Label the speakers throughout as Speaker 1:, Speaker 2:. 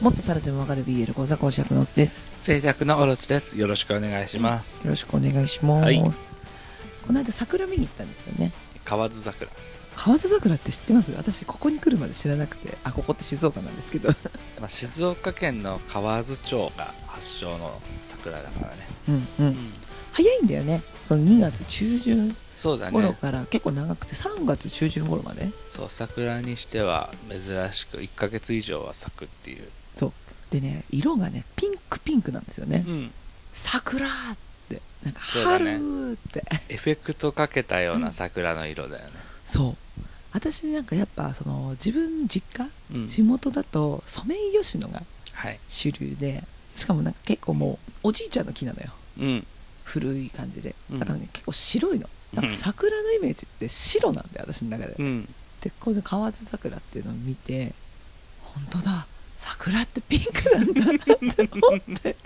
Speaker 1: もっとされてもわかる BL 講座講師役のオスです
Speaker 2: 静寂のオロチですよろしくお願いします、
Speaker 1: よろしくお願いします、
Speaker 2: はい
Speaker 1: この間桜見に行ったんですよね
Speaker 2: 河津桜
Speaker 1: 河津桜って知ってます私ここに来るまで知らなくてあここって静岡なんですけど、
Speaker 2: まあ、静岡県の河津町が発祥の桜だからね、
Speaker 1: うんうん、早いんだよねその2月中旬
Speaker 2: そうだ
Speaker 1: 頃
Speaker 2: ね
Speaker 1: から結構長くて3月中旬頃まで
Speaker 2: そう桜にしては珍しく1ヶ月以上は咲くっていう、
Speaker 1: そうでね色がねピンクピンクなんですよね、
Speaker 2: ん、
Speaker 1: 桜ってなんか
Speaker 2: そうだね
Speaker 1: 春って
Speaker 2: エフェクトかけたような桜の色だよね、
Speaker 1: そう私なんかやっぱその自分実家、
Speaker 2: うん
Speaker 1: 地元だとソメイヨシノが
Speaker 2: はい、
Speaker 1: 主流でしかもなんか結構もうおじいちゃんの木なのよ
Speaker 2: うん、
Speaker 1: 古い感じで
Speaker 2: うん
Speaker 1: だからね結構白いのなんか桜のイメージって白なんだよ私の中で、
Speaker 2: うん、
Speaker 1: でこの河津桜っていうのを見て本当だ桜ってピンクなんだ なって思って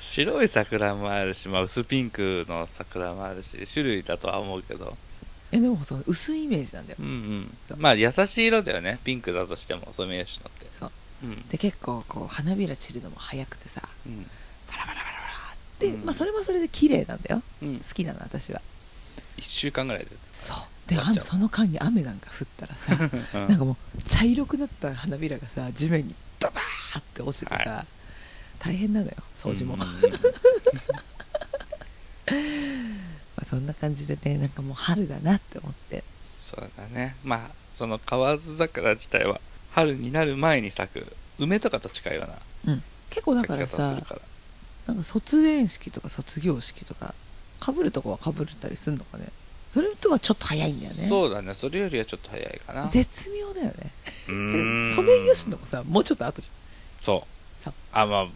Speaker 2: 白い桜もあるし、まあ、薄ピンクの桜もあるし種類だとは思うけど
Speaker 1: えでもそう薄いイメージなんだよ
Speaker 2: うんうんまあ優しい色だよねピンクだとしてもソメイヨシノって
Speaker 1: そう
Speaker 2: うん
Speaker 1: で結構こう花びら散るのも早くてさ
Speaker 2: うん
Speaker 1: パラパラパラパラって、
Speaker 2: うん
Speaker 1: まあそれもそれで綺麗なんだよ
Speaker 2: うん
Speaker 1: 好、きなの私は
Speaker 2: 1週間ぐらいで
Speaker 1: そうで
Speaker 2: なっ
Speaker 1: あ
Speaker 2: ちゃうん
Speaker 1: その間に雨なんか降ったらさ
Speaker 2: うん
Speaker 1: なんかもう茶色くなった花びらがさ地面にドバーって落ちてさ、
Speaker 2: は
Speaker 1: 大変なのよ掃除も、
Speaker 2: うんう
Speaker 1: ま
Speaker 2: んうん
Speaker 1: あそんな感じでねなんかもう春だなって思って
Speaker 2: そうだねまあその河津桜自体は春になる前に咲く梅とかと近いよう
Speaker 1: 結構
Speaker 2: な
Speaker 1: だ
Speaker 2: 咲
Speaker 1: か
Speaker 2: き
Speaker 1: ら
Speaker 2: 方を
Speaker 1: さ
Speaker 2: するから
Speaker 1: なんか卒園式とか卒業式とかかぶるとこはかぶったりすんのかねそれとはちょっと早いんだよね
Speaker 2: そうだねそれよりはちょっと早いかな
Speaker 1: 絶妙だよね
Speaker 2: うー
Speaker 1: で
Speaker 2: ん
Speaker 1: ソメイヨシノもさもうちょっと後じ
Speaker 2: そう
Speaker 1: そう
Speaker 2: あまあ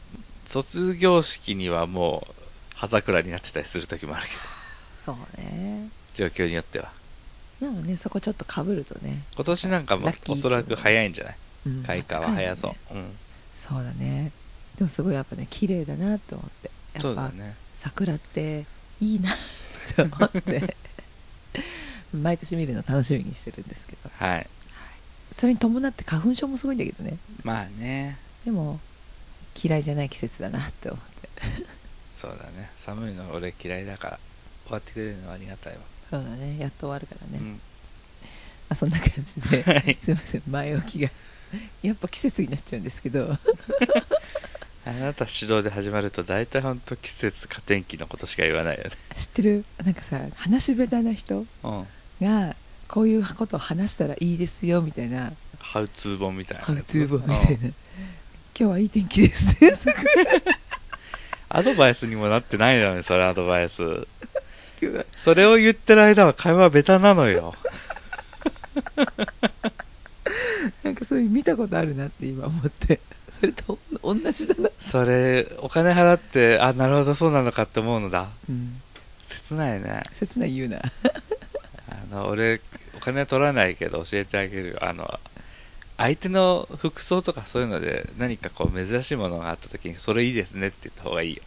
Speaker 2: 卒業式にはもう葉桜になってたりする時もある
Speaker 1: ゃんそうね
Speaker 2: けど状況によっては
Speaker 1: でもねそこちょっとかぶるとね、
Speaker 2: 今年なんかも
Speaker 1: ラッキー
Speaker 2: おそらく早いんじゃない
Speaker 1: うん
Speaker 2: 開花は早そう、うん
Speaker 1: そうだねでもすごいやっぱね綺麗だなと思ってや
Speaker 2: そ
Speaker 1: っ
Speaker 2: う
Speaker 1: ぱ
Speaker 2: だね
Speaker 1: 桜っていいなって思って毎年見るの楽しみにしてるんですけど
Speaker 2: はい
Speaker 1: それに伴って花粉症もすごいんだけどね
Speaker 2: まあね
Speaker 1: でも嫌いじゃない季節だなって思って
Speaker 2: そうだね寒いの俺嫌いだから終わってくれるのはありがたいわ、
Speaker 1: そうだねやっと終わるからね、
Speaker 2: うん
Speaker 1: あそんな感じで、
Speaker 2: はい
Speaker 1: すいません前置きがやっぱ季節になっちゃうんですけど
Speaker 2: あなた指導で始まると大体ほんと季節か天気のことしか言わないよね
Speaker 1: 知ってるなんかさ話し下手な人
Speaker 2: うん
Speaker 1: がこういうことを話したらいいですよみたいな
Speaker 2: ハウツー本みたいな
Speaker 1: ハウ
Speaker 2: やつ
Speaker 1: ツー本みたいな
Speaker 2: うん
Speaker 1: 今日はいい天気ですね
Speaker 2: アドバイスにもなってないのにそれアドバイス
Speaker 1: 今日は
Speaker 2: それを言ってる間は会話ベタなのよ
Speaker 1: なんかそういう見たことあるなって今思ってそれと同じだな、
Speaker 2: それお金払ってあなるほどそうなのかって思うのだ
Speaker 1: うん、
Speaker 2: 切ないね
Speaker 1: 切ない言うな
Speaker 2: あの俺お金取らないけど教えてあげるよあの相手の服装とかそういうので何かこう珍しいものがあった時にそれいいですねって言った方がいいよ、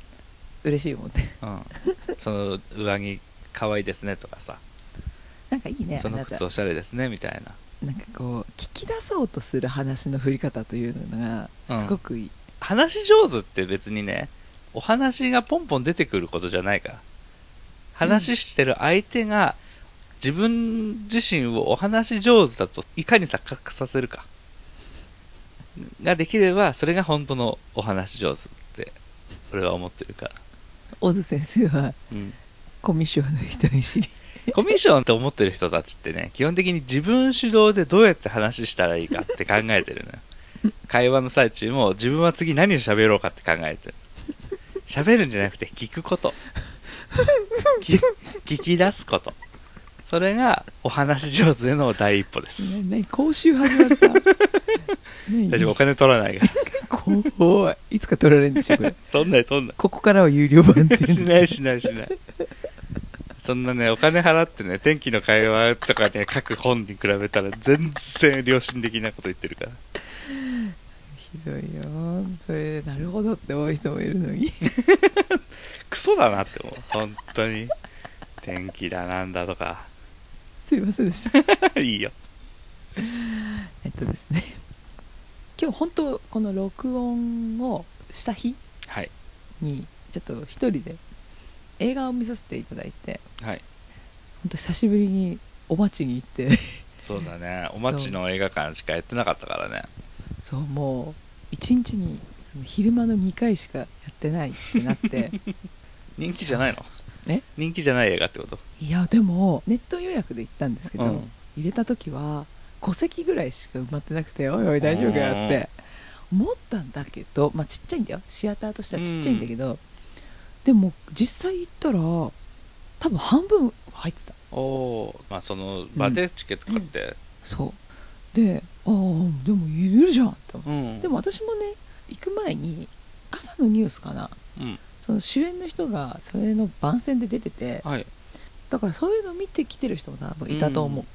Speaker 1: 嬉しい思って
Speaker 2: うん、 その上着可愛いですねとかさ
Speaker 1: なんかいいねあ
Speaker 2: その
Speaker 1: なた
Speaker 2: 靴おしゃれですねみたいな
Speaker 1: なんかこう聞き出そうとする話の振り方というのが
Speaker 2: うん
Speaker 1: すごくいい、
Speaker 2: 話し上手って別にねお話がポンポン出てくることじゃないから話してる相手が自分自身をお話し上手だといかに錯覚させるかができればそれが本当のお話し上手って俺は思ってるから、
Speaker 1: オズ先生は
Speaker 2: うん、
Speaker 1: コミュ障の人見知り
Speaker 2: コミュ障って思ってる人たちってね基本的に自分主導でどうやって話したらいいかって考えてるのよ会話の最中も自分は次何を喋ろうかって考えてる喋るんじゃなくて聞くことき聞き出すことそれがお話し上手への第一歩です
Speaker 1: 何講習始 まった何
Speaker 2: 大丈夫お金取らないから
Speaker 1: 怖いいつか取られるんでしょこれ
Speaker 2: 取んない取んな
Speaker 1: ここからは有料版って
Speaker 2: いしないしないしないそんなねお金払ってね天気の会話とかね書く本に比べたら全然良心的なこと言ってるから
Speaker 1: ひどいよそれでなるほどって思う人もいるのに
Speaker 2: クソだなって思う本当に天気だなんだとか
Speaker 1: すいませんでした
Speaker 2: いいよ
Speaker 1: えっとですね今日本当この録音をした日
Speaker 2: はい
Speaker 1: にちょっと一人で映画を見させていただいて
Speaker 2: はい
Speaker 1: 本当久しぶりにお町に行って
Speaker 2: そうだねお待ちの映画館しかやってなかったからね
Speaker 1: そうもう一日にその昼間の2回しかやってないってなって
Speaker 2: 人気じゃないの
Speaker 1: え
Speaker 2: 人気じゃない映画ってこと
Speaker 1: いやでもネット予約で行ったんですけど、
Speaker 2: うん
Speaker 1: 入れた時は5席ぐらいしか埋まってなくておいおい大丈夫かよって思ったんだけどまあちっちゃいんだよシアターとしてはちっちゃいんだけど、でも実際行ったら多分半分入ってた
Speaker 2: おおまあその場でチケット買って
Speaker 1: そうでああでもいるじゃんって思って
Speaker 2: うん、
Speaker 1: でも私もね行く前に朝のニュースかな
Speaker 2: うん
Speaker 1: その主演の人がそれの番宣で出てて
Speaker 2: はい
Speaker 1: だからそういうの見てきてる人も多分いたと思う、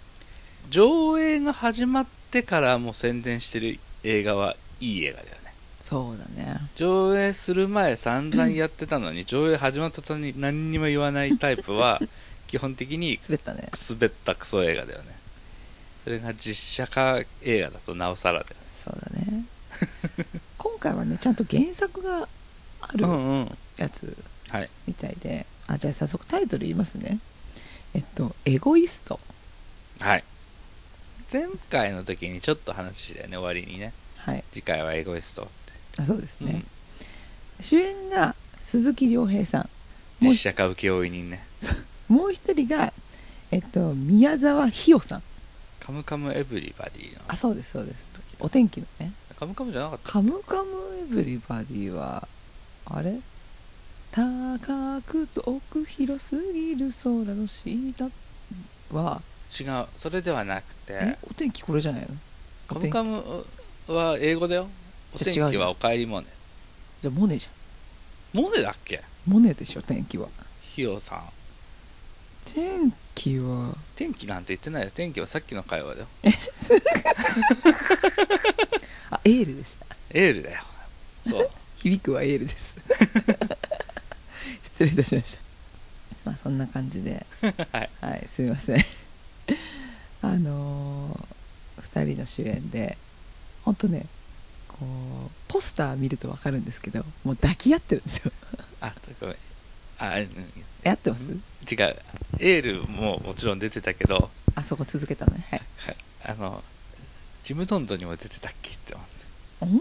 Speaker 2: 上映が始まってからもう宣伝してる映画はいい映画だよね
Speaker 1: そうだね
Speaker 2: 上映する前散々やってたの に、上映始まった途端に何にも言わないタイプ は基本的に
Speaker 1: 滑ったね
Speaker 2: 滑ったクソ映画だよねそれが実写化映画だとなおさらだよね
Speaker 1: そうだ ね今回はねちゃんと原作がある
Speaker 2: うんうん
Speaker 1: やつ
Speaker 2: はい
Speaker 1: みたいで、あじゃあ早速タイトル言いますねえっと「エゴイスト
Speaker 2: はい前回の時にちょっと話したよね終わりにね」
Speaker 1: はい
Speaker 2: 次回はエゴイストって、
Speaker 1: あそうです
Speaker 2: う
Speaker 1: ね
Speaker 2: ん、
Speaker 1: 主演が鈴木亮平さんも
Speaker 2: 実
Speaker 1: う
Speaker 2: 写化請負人ね
Speaker 1: もう一人が、えっと、宮沢ひよさん
Speaker 2: 「カムカムエブリバディ」の
Speaker 1: あそうですそうですお天気のね
Speaker 2: 「カムカム」じゃなかっ
Speaker 1: 「カムカムエブリバディは」あれ高く遠く広すぎる空の下は
Speaker 2: た違うそれではなく
Speaker 1: え
Speaker 2: て
Speaker 1: お天気これじゃないの
Speaker 2: 「
Speaker 1: お
Speaker 2: カム
Speaker 1: 天気
Speaker 2: カム」は英語だよお天
Speaker 1: じゃあ違う
Speaker 2: 気
Speaker 1: よ
Speaker 2: は「おかえりモネ
Speaker 1: じゃあモネじ」
Speaker 2: モネだっけ
Speaker 1: ゃんモネでしょ天気は
Speaker 2: ひよさん
Speaker 1: 天気は
Speaker 2: 天気なんて言ってないよ天気はさっきの会話だよ
Speaker 1: あエールでした
Speaker 2: エールだよ そう
Speaker 1: 響くはエールです失礼いたしましたまあそんな感じで
Speaker 2: はい
Speaker 1: はいすいませんあのー、2人の主演でほんとねこうポスター見ると分かるんですけどもう抱き合ってるんですよ
Speaker 2: あごめんあうん違
Speaker 1: え合ってます
Speaker 2: うエールももちろん出てたけど
Speaker 1: あそこ続けたねはい
Speaker 2: はいあのちむどんどんにも出てたっけって思
Speaker 1: 本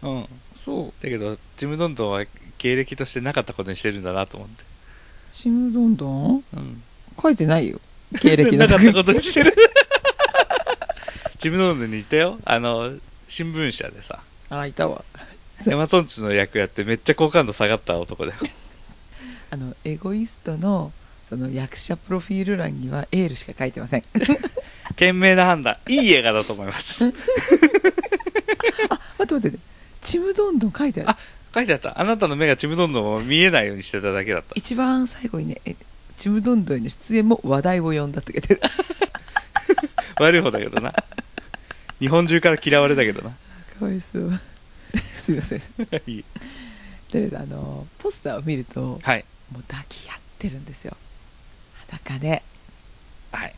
Speaker 1: 当に
Speaker 2: ってうん
Speaker 1: そう
Speaker 2: だけどちむどんどんは芸歴としてなかったことにしてるんだなと思って
Speaker 1: 「ちむどんどん
Speaker 2: うん」
Speaker 1: 書いてないよ経歴の
Speaker 2: なかっ
Speaker 1: 時
Speaker 2: たことにしてる ちむどんどんにいたよあの新聞社でさ
Speaker 1: あいたわ
Speaker 2: ヤマトンチの役やってめっちゃ好感度下がった男 だよ
Speaker 1: あのエゴイストのその役者プロフィール欄にはエールしか書いてません
Speaker 2: 賢明な判断いい映画だと思い ます
Speaker 1: あ待って待って待ってちむどんどん書いてある
Speaker 2: あ書いてあったあなたの目がちむどんどんを見えないようにしてただけだった
Speaker 1: 一番最後にねえちむどんどんへの出演も話題を呼んだって書いてある
Speaker 2: 悪い方だけどな日本中から嫌われたけどな
Speaker 1: かわいそう すいませんと
Speaker 2: いい
Speaker 1: りあえずあのポスターを見るともう
Speaker 2: はい
Speaker 1: 抱き合ってるんですよ裸で
Speaker 2: はい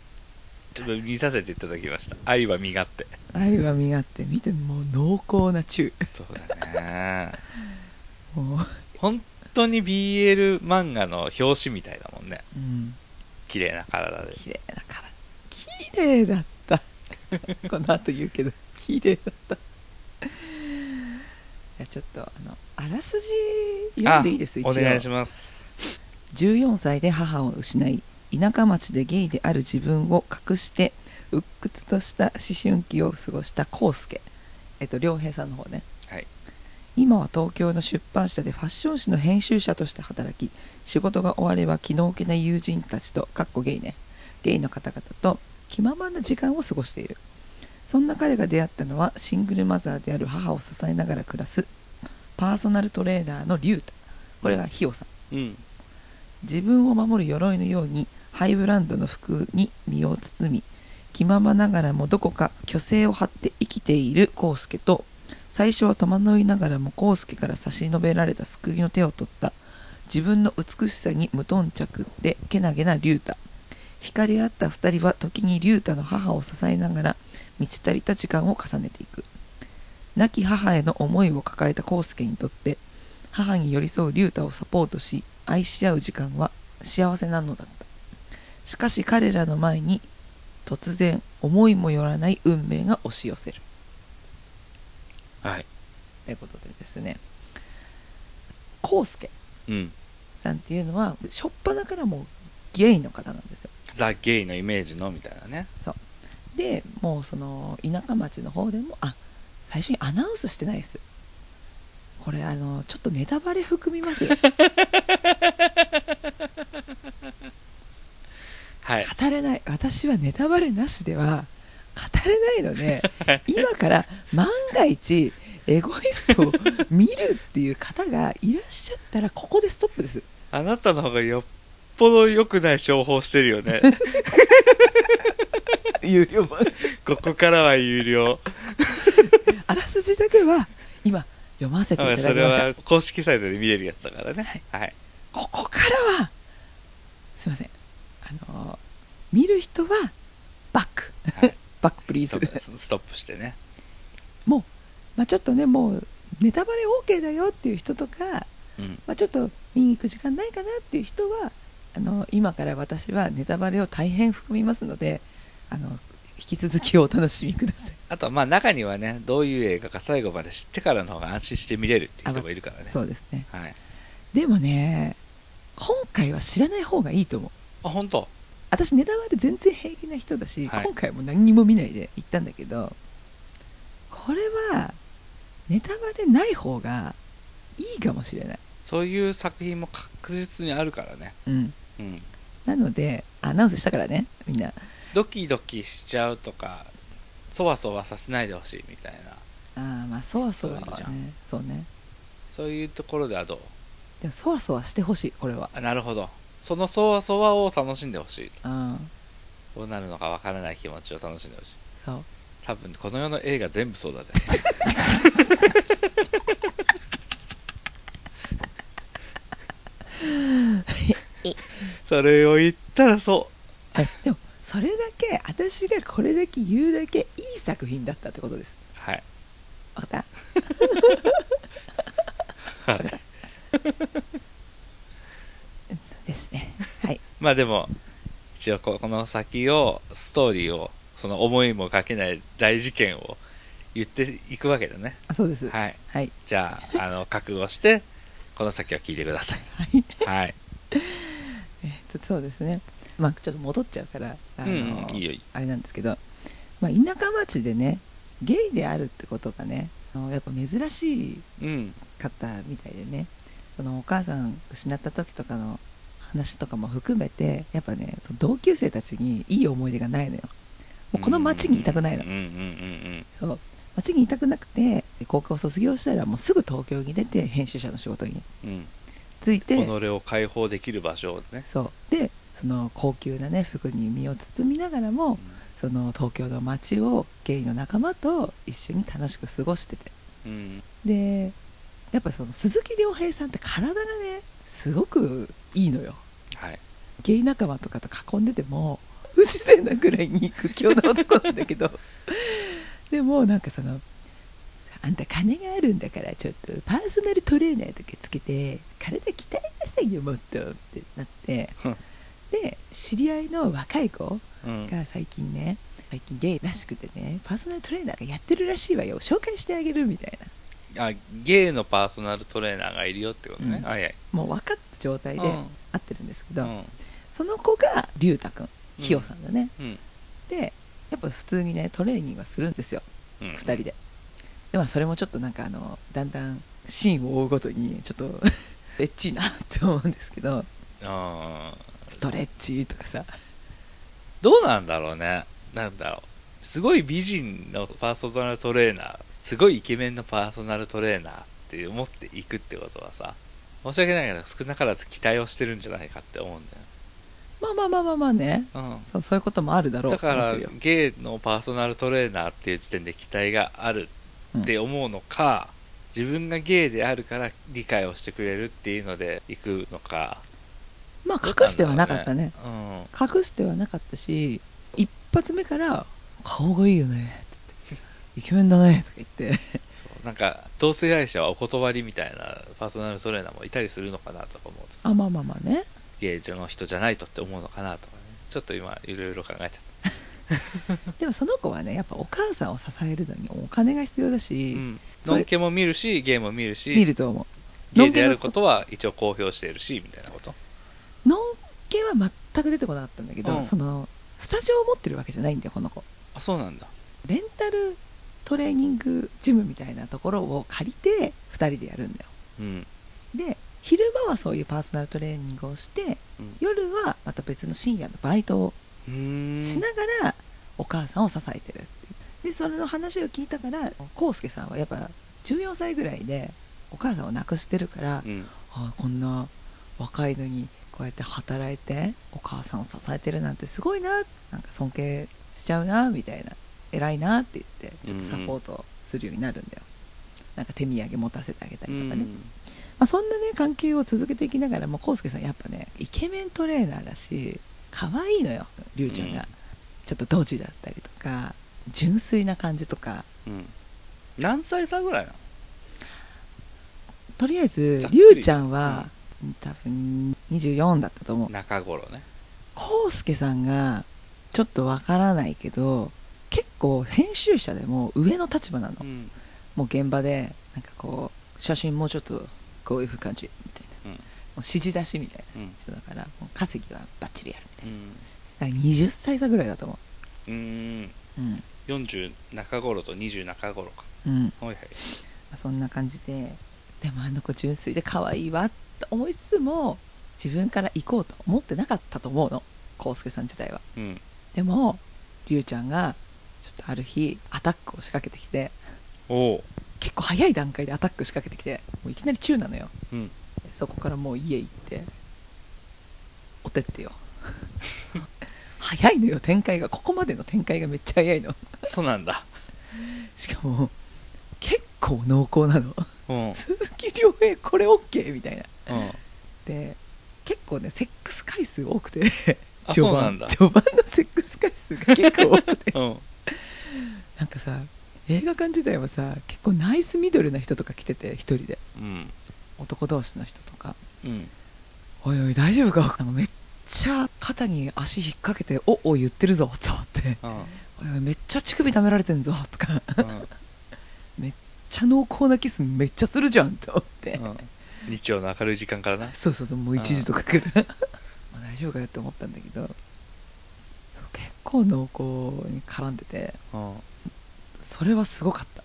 Speaker 2: ちょっと見させていただきました愛は身勝手
Speaker 1: 愛は身勝手見てもう濃厚な中
Speaker 2: そうだね
Speaker 1: もう、
Speaker 2: 本当に BL 漫画の表紙みたいだもんね
Speaker 1: うん、
Speaker 2: 綺麗な体で
Speaker 1: 綺麗だから綺麗だった この後言うけど綺麗だったいやちょっとあのあらすじ読んでいいです一応
Speaker 2: お願いします
Speaker 1: 14歳で母を失い田舎町でゲイである自分を隠して鬱屈とした思春期を過ごした康介えっと良平さんの方ね
Speaker 2: はい
Speaker 1: 今は東京の出版社でファッション誌の編集者として働き仕事が終われば気の置けない友人たちとかっこゲイねゲイの方々と気ままな時間を過ごしているそんな彼が出会ったのはシングルマザーである母を支えながら暮らすパーソナルトレーナーのリュウタこれはヒヨさん
Speaker 2: うん
Speaker 1: 自分を守る鎧のようにハイブランドの服に身を包み気ままながらもどこか虚勢を張って生きている康介と最初は戸惑いながらも康介から差し伸べられた救いの手を取った自分の美しさに無頓着でけなげな竜太惹かれ合った2人は時に竜太の母を支えながら満ち足りた時間を重ねていく亡き母への思いを抱えた康介にとって母に寄り添う龍太をサポートし愛し合う時間は幸せなのだったしかし彼らの前に突然思いもよらない運命が押し寄せる
Speaker 2: はい。
Speaker 1: ということでですね康介
Speaker 2: うん。
Speaker 1: さんっていうのは初っ端からもうゲイの方なんですよ
Speaker 2: ザ・ゲイのイメージのみたいなね。
Speaker 1: でもうその田舎町の方でもあ最初にアナウンスしてないですこれあのちょっとネタバレ含みますよ
Speaker 2: はい。
Speaker 1: 語れない私はネタバレなしでは語れないの で今から万が一エゴイストを見るっていう方がいらっしゃったらここでストップです
Speaker 2: あなたの方がよっぽど良くない商法してるよね。
Speaker 1: 有料版
Speaker 2: ここからは有料。
Speaker 1: あらすじだけは今読ませていただき
Speaker 2: それ
Speaker 1: ました
Speaker 2: は公式サイトで見れるやつだからね。はい。
Speaker 1: ここからはすいませんあの見る人はバック、
Speaker 2: はい
Speaker 1: バックプリー
Speaker 2: そ
Speaker 1: ズ
Speaker 2: うですストップしてね。
Speaker 1: もう、まあ、ちょっとねもうネタバレ OK だよっていう人とか、
Speaker 2: うん。
Speaker 1: まあ、ちょっと見に行く時間ないかなっていう人はあの今から私はネタバレを大変含みますのであの引き続きお楽しみください、
Speaker 2: あとはまあ中にはね、どういう映画か最後まで知ってからの方が安心して見れるっていう人もいるから ね。
Speaker 1: そうですね
Speaker 2: はい。
Speaker 1: でもね今回は知らない方がいいと思う
Speaker 2: あ、本当
Speaker 1: 私ネタバレ全然平気な人だし、
Speaker 2: はい
Speaker 1: 今回も何にも見ないで行ったんだけどこれはネタバレない方がいいかもしれない、
Speaker 2: そういう作品も確実にあるからね。
Speaker 1: うん、
Speaker 2: うん。
Speaker 1: なのでアナウンスしたからねみんな
Speaker 2: ドキドキしちゃうとか、そわそわさせないでほしいみたいな。
Speaker 1: あーまあそわそわは
Speaker 2: そう
Speaker 1: ね
Speaker 2: いうじゃん
Speaker 1: そうね
Speaker 2: そういうところではどう
Speaker 1: でもそわそわしてほしいこれは
Speaker 2: あなるほど。そのそわそわを楽しんでほしいと。
Speaker 1: うん
Speaker 2: どうなるのかわからない気持ちを楽しんでほしい。
Speaker 1: そう
Speaker 2: 多分この世の映画全部そうだぜ。それを言ったらそ
Speaker 1: はいでもそれだけ私がこれだけ言うだけいい作品だったってことです
Speaker 2: う。はい。
Speaker 1: わかっ
Speaker 2: はい
Speaker 1: たですねはい
Speaker 2: まあでも、一応ここの先を、ストーリーを、その思いもかけない大事件を言っていくわけだね。
Speaker 1: あそうです
Speaker 2: はい。
Speaker 1: はい、
Speaker 2: じゃあ、あの、覚悟して、この先は聞いてください。
Speaker 1: はい
Speaker 2: はい。
Speaker 1: えっとそうですね、まあ、ちょっと戻っちゃうからあの、
Speaker 2: うん、いいよいいよ。
Speaker 1: あれなんですけど、まあ、田舎町でねゲイであるってことがねあのやっぱ珍しい
Speaker 2: うん。
Speaker 1: 方みたいでねそのお母さん失った時とかの話とかも含めてやっぱねその同級生たちにいい思い出がないのよもうこの町にいたくないの、
Speaker 2: うんうんうんうん
Speaker 1: そう町にいたくなくて高校卒業したらもうすぐ東京に出て編集者の仕事に
Speaker 2: うん。
Speaker 1: 就いて
Speaker 2: 己を解放できる場所をね。
Speaker 1: そうでその高級なね服に身を包みながらもその東京の街をゲイの仲間と一緒に楽しく過ごしてて
Speaker 2: うん。
Speaker 1: でやっぱその鈴木亮平さんって体がねすごくいいのよ
Speaker 2: はい。
Speaker 1: ゲイ仲間とかと囲んでても不自然なぐらいに屈強な男なんだけど でもなんかその「あんた金があるんだからちょっとパーソナルトレーナーとかつけて体鍛えなさいよもっと」ってなって
Speaker 2: うん
Speaker 1: で知り合いの若い子
Speaker 2: うん。
Speaker 1: が最近ね最近ゲイらしくてねパーソナルトレーナーがやってるらしいわよ紹介してあげるみたいな
Speaker 2: あ、ゲイのパーソナルトレーナーがいるよってことね。
Speaker 1: うん
Speaker 2: はいはい。
Speaker 1: もう分かった状態で
Speaker 2: うん
Speaker 1: 会ってるんですけど、
Speaker 2: うん
Speaker 1: その子が龍太くんひよさんだね、
Speaker 2: うん。
Speaker 1: でやっぱ普通にねトレーニングはするんですよ
Speaker 2: うん。
Speaker 1: 2人ででまあそれもちょっとなんかあのだんだんシーンを追うごとにちょっと エッチいなって思うんですけど
Speaker 2: あー
Speaker 1: ストレッチとかさ
Speaker 2: どうなんだろうね。なんだろう。すごい美人のパーソナルトレーナー、すごいイケメンのパーソナルトレーナーって思っていくってことはさ、申し訳ないけど、少なからず期待をしてるんじゃないかって思うんだ
Speaker 1: まあまあまあまあまあね
Speaker 2: よ。うん。
Speaker 1: そうそういうこともあるだろう
Speaker 2: だか
Speaker 1: と思っ
Speaker 2: ら
Speaker 1: てるよ
Speaker 2: ゲイのパーソナルトレーナーっていう時点で期待があるって思うのか、自分がゲイであるから理解をしてくれるっていうので行くのか
Speaker 1: まあ隠してはなかったね
Speaker 2: どうなんだろうね
Speaker 1: 隠してはなかったし一発目から「顔がいいよね」って言って「イケメンだね」とか言って
Speaker 2: うんそうなんか同性愛者はお断りみたいなパーソナルトレーナーもいたりするのかなとか思うと
Speaker 1: あまあまあまあね
Speaker 2: ゲイの人じゃないとって思うのかなとかねちょっと今いろいろ考えちゃった
Speaker 1: でもその子はねやっぱお母さんを支えるのにお金が必要だし、
Speaker 2: うん、
Speaker 1: そ
Speaker 2: ノ
Speaker 1: れ
Speaker 2: ンケも見るしゲイも見るし
Speaker 1: 見ると思う
Speaker 2: ゲイである
Speaker 1: こ
Speaker 2: ことは一応公表しているしみたいなこと
Speaker 1: のんけは全く出てこなかったんだけど、
Speaker 2: うん
Speaker 1: そのスタジオを持ってるわけじゃないんだよこの子
Speaker 2: あそうなんだ
Speaker 1: レンタルトレーニングジムみたいなところを借りて2人でやるんだよ
Speaker 2: うん
Speaker 1: で昼間はそういうパーソナルトレーニングをして
Speaker 2: うん
Speaker 1: 夜はまた別の深夜のバイトを
Speaker 2: うーん
Speaker 1: しながらお母さんを支えてるっていうでそれの話を聞いたから康介さんはやっぱ14歳ぐらいでお母さんを亡くしてるから、
Speaker 2: うん
Speaker 1: ああこんな若いのにこうやって働いてお母さんを支えてるなんてすごいななんか尊敬しちゃうなみたいな偉いなって言ってちょっとサポートするようになるんだよ、なんか手土産持たせてあげたりとかね、まあ、そんなね関係を続けていきながらも康介さんやっぱねイケメントレーナーだし可愛いのよ龍ちゃんが、
Speaker 2: うん
Speaker 1: ちょっとドジだったりとか純粋な感じとか
Speaker 2: うんうん何歳差ぐらいなの
Speaker 1: とりあえず
Speaker 2: ざっくり
Speaker 1: 龍ちゃんは、多分24だったと思う
Speaker 2: 中頃ね
Speaker 1: 康介さんがちょっとわからないけど結構編集者でも上の立場なの、
Speaker 2: うん
Speaker 1: もう現場でなんかこう写真もうちょっとこういう感じみたいな
Speaker 2: う
Speaker 1: も
Speaker 2: ん
Speaker 1: う指示出しみたいな
Speaker 2: うん
Speaker 1: 人だからもう稼ぎはバッチリやるみたい
Speaker 2: うん
Speaker 1: なだから20歳差ぐらいだと思
Speaker 2: うーん
Speaker 1: ううん、
Speaker 2: 40中頃と20中頃か
Speaker 1: うんま
Speaker 2: はいはい
Speaker 1: あそんな感じででもあの子純粋で可愛いわと思いつつも自分から行こうと思ってなかったと思うの康介さん自体は
Speaker 2: うん
Speaker 1: でもりゅうちゃんがちょっとある日アタックを仕掛けてきて
Speaker 2: おお
Speaker 1: 結構早い段階でアタック仕掛けてきてもういきなりチューなのよ
Speaker 2: うん
Speaker 1: そこからもう家行っておて ってよ早いのよ展開がここまでの展開がめっちゃ早いの
Speaker 2: そうなんだ
Speaker 1: しかも結構濃厚なの
Speaker 2: うんうん
Speaker 1: 鈴木亮平これ OK みたいなで結構ねセックス回数多くて
Speaker 2: あ
Speaker 1: 序
Speaker 2: そうな
Speaker 1: 盤
Speaker 2: んだ
Speaker 1: 序盤のセックス回数が結構多くて
Speaker 2: うん
Speaker 1: なんかさ映画館自体はさ結構ナイスミドルな人とか来てて一人で
Speaker 2: うん
Speaker 1: 男同士の人とか
Speaker 2: うん
Speaker 1: 「おいおい大丈夫か?」なんかめっちゃ肩に足引っ掛けて「おお言ってるぞ」と思って「
Speaker 2: うん
Speaker 1: おいおいめっちゃ乳首舐められてんぞ」とか「めっ
Speaker 2: うん
Speaker 1: ちゃ濃厚なキスめっちゃするじゃん」と思って、
Speaker 2: うん日曜の明るい時間からな
Speaker 1: そうそうもう1時とかから、まあ大丈夫かよって思ったんだけどそう結構濃厚に絡んでて
Speaker 2: うん
Speaker 1: それはすごかった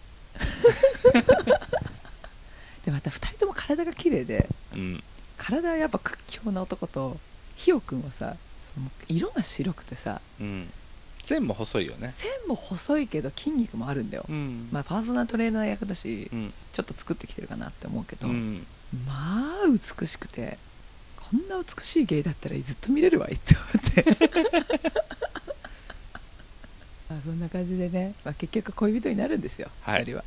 Speaker 1: でまた2人とも体が綺麗で
Speaker 2: うん
Speaker 1: 体はやっぱ屈強な男とひよくんはさその色が白くてさ
Speaker 2: うん線も細いよね
Speaker 1: 線も細いけど筋肉もあるんだよ、
Speaker 2: うん
Speaker 1: まあパーソナルトレーナー役だし
Speaker 2: うん
Speaker 1: ちょっと作ってきてるかなって思うけど、
Speaker 2: うん
Speaker 1: まあ美しくてこんな美しい芸だったらずっと見れるわいって思って まあそんな感じでね、まあ、結局恋人になるんですよ、
Speaker 2: はい
Speaker 1: 二人は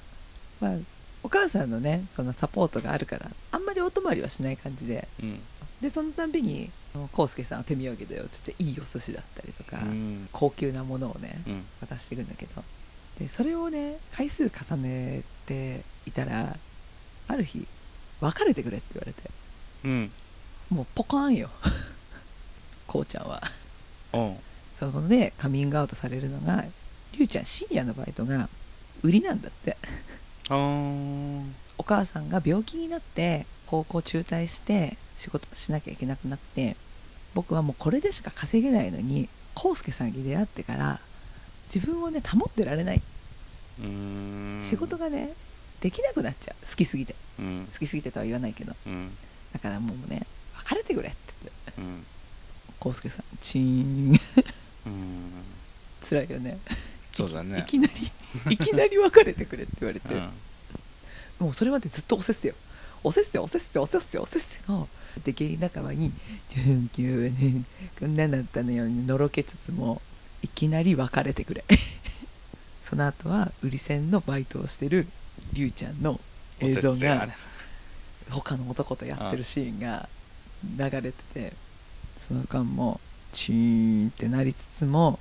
Speaker 1: まあお母さんのねそのサポートがあるからあんまりお泊まりはしない感じで
Speaker 2: うん
Speaker 1: でそのたんびにあの「康介さんは手土産だよ」っつっていいお寿司だったりとか、
Speaker 2: うん
Speaker 1: 高級なものをね
Speaker 2: うん
Speaker 1: 渡していくんだけどでそれをね回数重ねていたらある日「別れてくれ」って言われて
Speaker 2: うん
Speaker 1: もうポカーンよ こうちゃんは
Speaker 2: うん
Speaker 1: そこでカミングアウトされるのがりゅうちゃん深夜のバイトが売りなんだって
Speaker 2: あー
Speaker 1: お母さんが病気になって高校中退して仕事しなきゃいけなくなって僕はもうこれでしか稼げないのに康介さんに出会ってから自分をね保ってられないう
Speaker 2: ーん
Speaker 1: 仕事がねできなくなっちゃう好きすぎて
Speaker 2: うん
Speaker 1: 好きすぎてとは言わないけど
Speaker 2: うん
Speaker 1: だからもうね別れてくれって言って
Speaker 2: うん
Speaker 1: 康介さんチーン
Speaker 2: うん
Speaker 1: 辛いよね
Speaker 2: そうだ
Speaker 1: い
Speaker 2: ね
Speaker 1: きなりいきなり別れてくれって言われて、
Speaker 2: うん
Speaker 1: もうそれまでずっとおせっせよおせっせおせっせおせっせおせっせので芸仲間に「ジュンキューねこんなんだったのよ」のろけつつもいきなり別れてくれ その後は売り線のバイトをしてるりゅうちゃんの映像
Speaker 2: お節制
Speaker 1: が
Speaker 2: ね
Speaker 1: 他の男とやってるシーンが流れててその間もチーンってなりつつも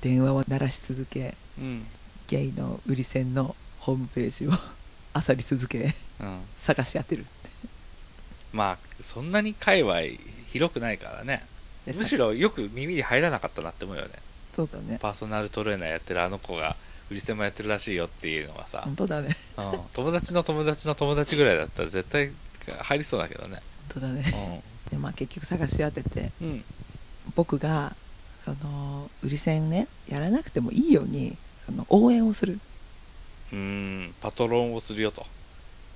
Speaker 1: 電話は鳴らし続け
Speaker 2: うん
Speaker 1: ゲイの売り線のホームページを 漁り続け
Speaker 2: うん、
Speaker 1: 探し当てるって
Speaker 2: まあそんなに界隈広くないからね
Speaker 1: で
Speaker 2: むしろよく耳に入らなかったなって思うよね
Speaker 1: そうだね
Speaker 2: パーソナルトレーナーやってるあの子が売り線もやってるらしいよっていうのがさ、
Speaker 1: 本当だね
Speaker 2: うん友達の友達の友達ぐらいだったら絶対入りそうだけどね
Speaker 1: 本当だねでまあ結局探し当てて
Speaker 2: うん、うん、
Speaker 1: 僕がその売り線ねやらなくてもいいようにその応援をする
Speaker 2: うんパトロンをするよと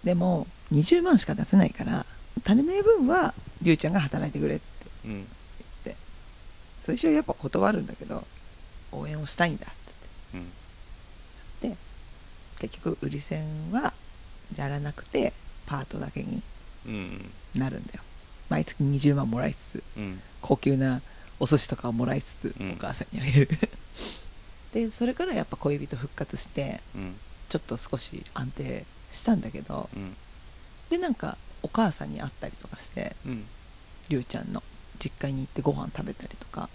Speaker 1: でも20万しか出せないから足りない分はりゅうちゃんが働いてくれって
Speaker 2: うん
Speaker 1: 最初やっぱ断るんだけど応援をしたいんだって
Speaker 2: うん
Speaker 1: 言ってで結局売り線はやらなくてパートだけに
Speaker 2: うん
Speaker 1: なるんだよ毎月20万もらいつつ
Speaker 2: うん
Speaker 1: 高級なお寿司とかをもらいつつ
Speaker 2: うん
Speaker 1: お母さんにあげる でそれからやっぱ恋人復活して
Speaker 2: うん
Speaker 1: ちょっと少し安定したんだけど
Speaker 2: うん
Speaker 1: でなんかお母さんに会ったりとかして
Speaker 2: うん
Speaker 1: りゅうちゃんの実家に行ってご飯食べたりとか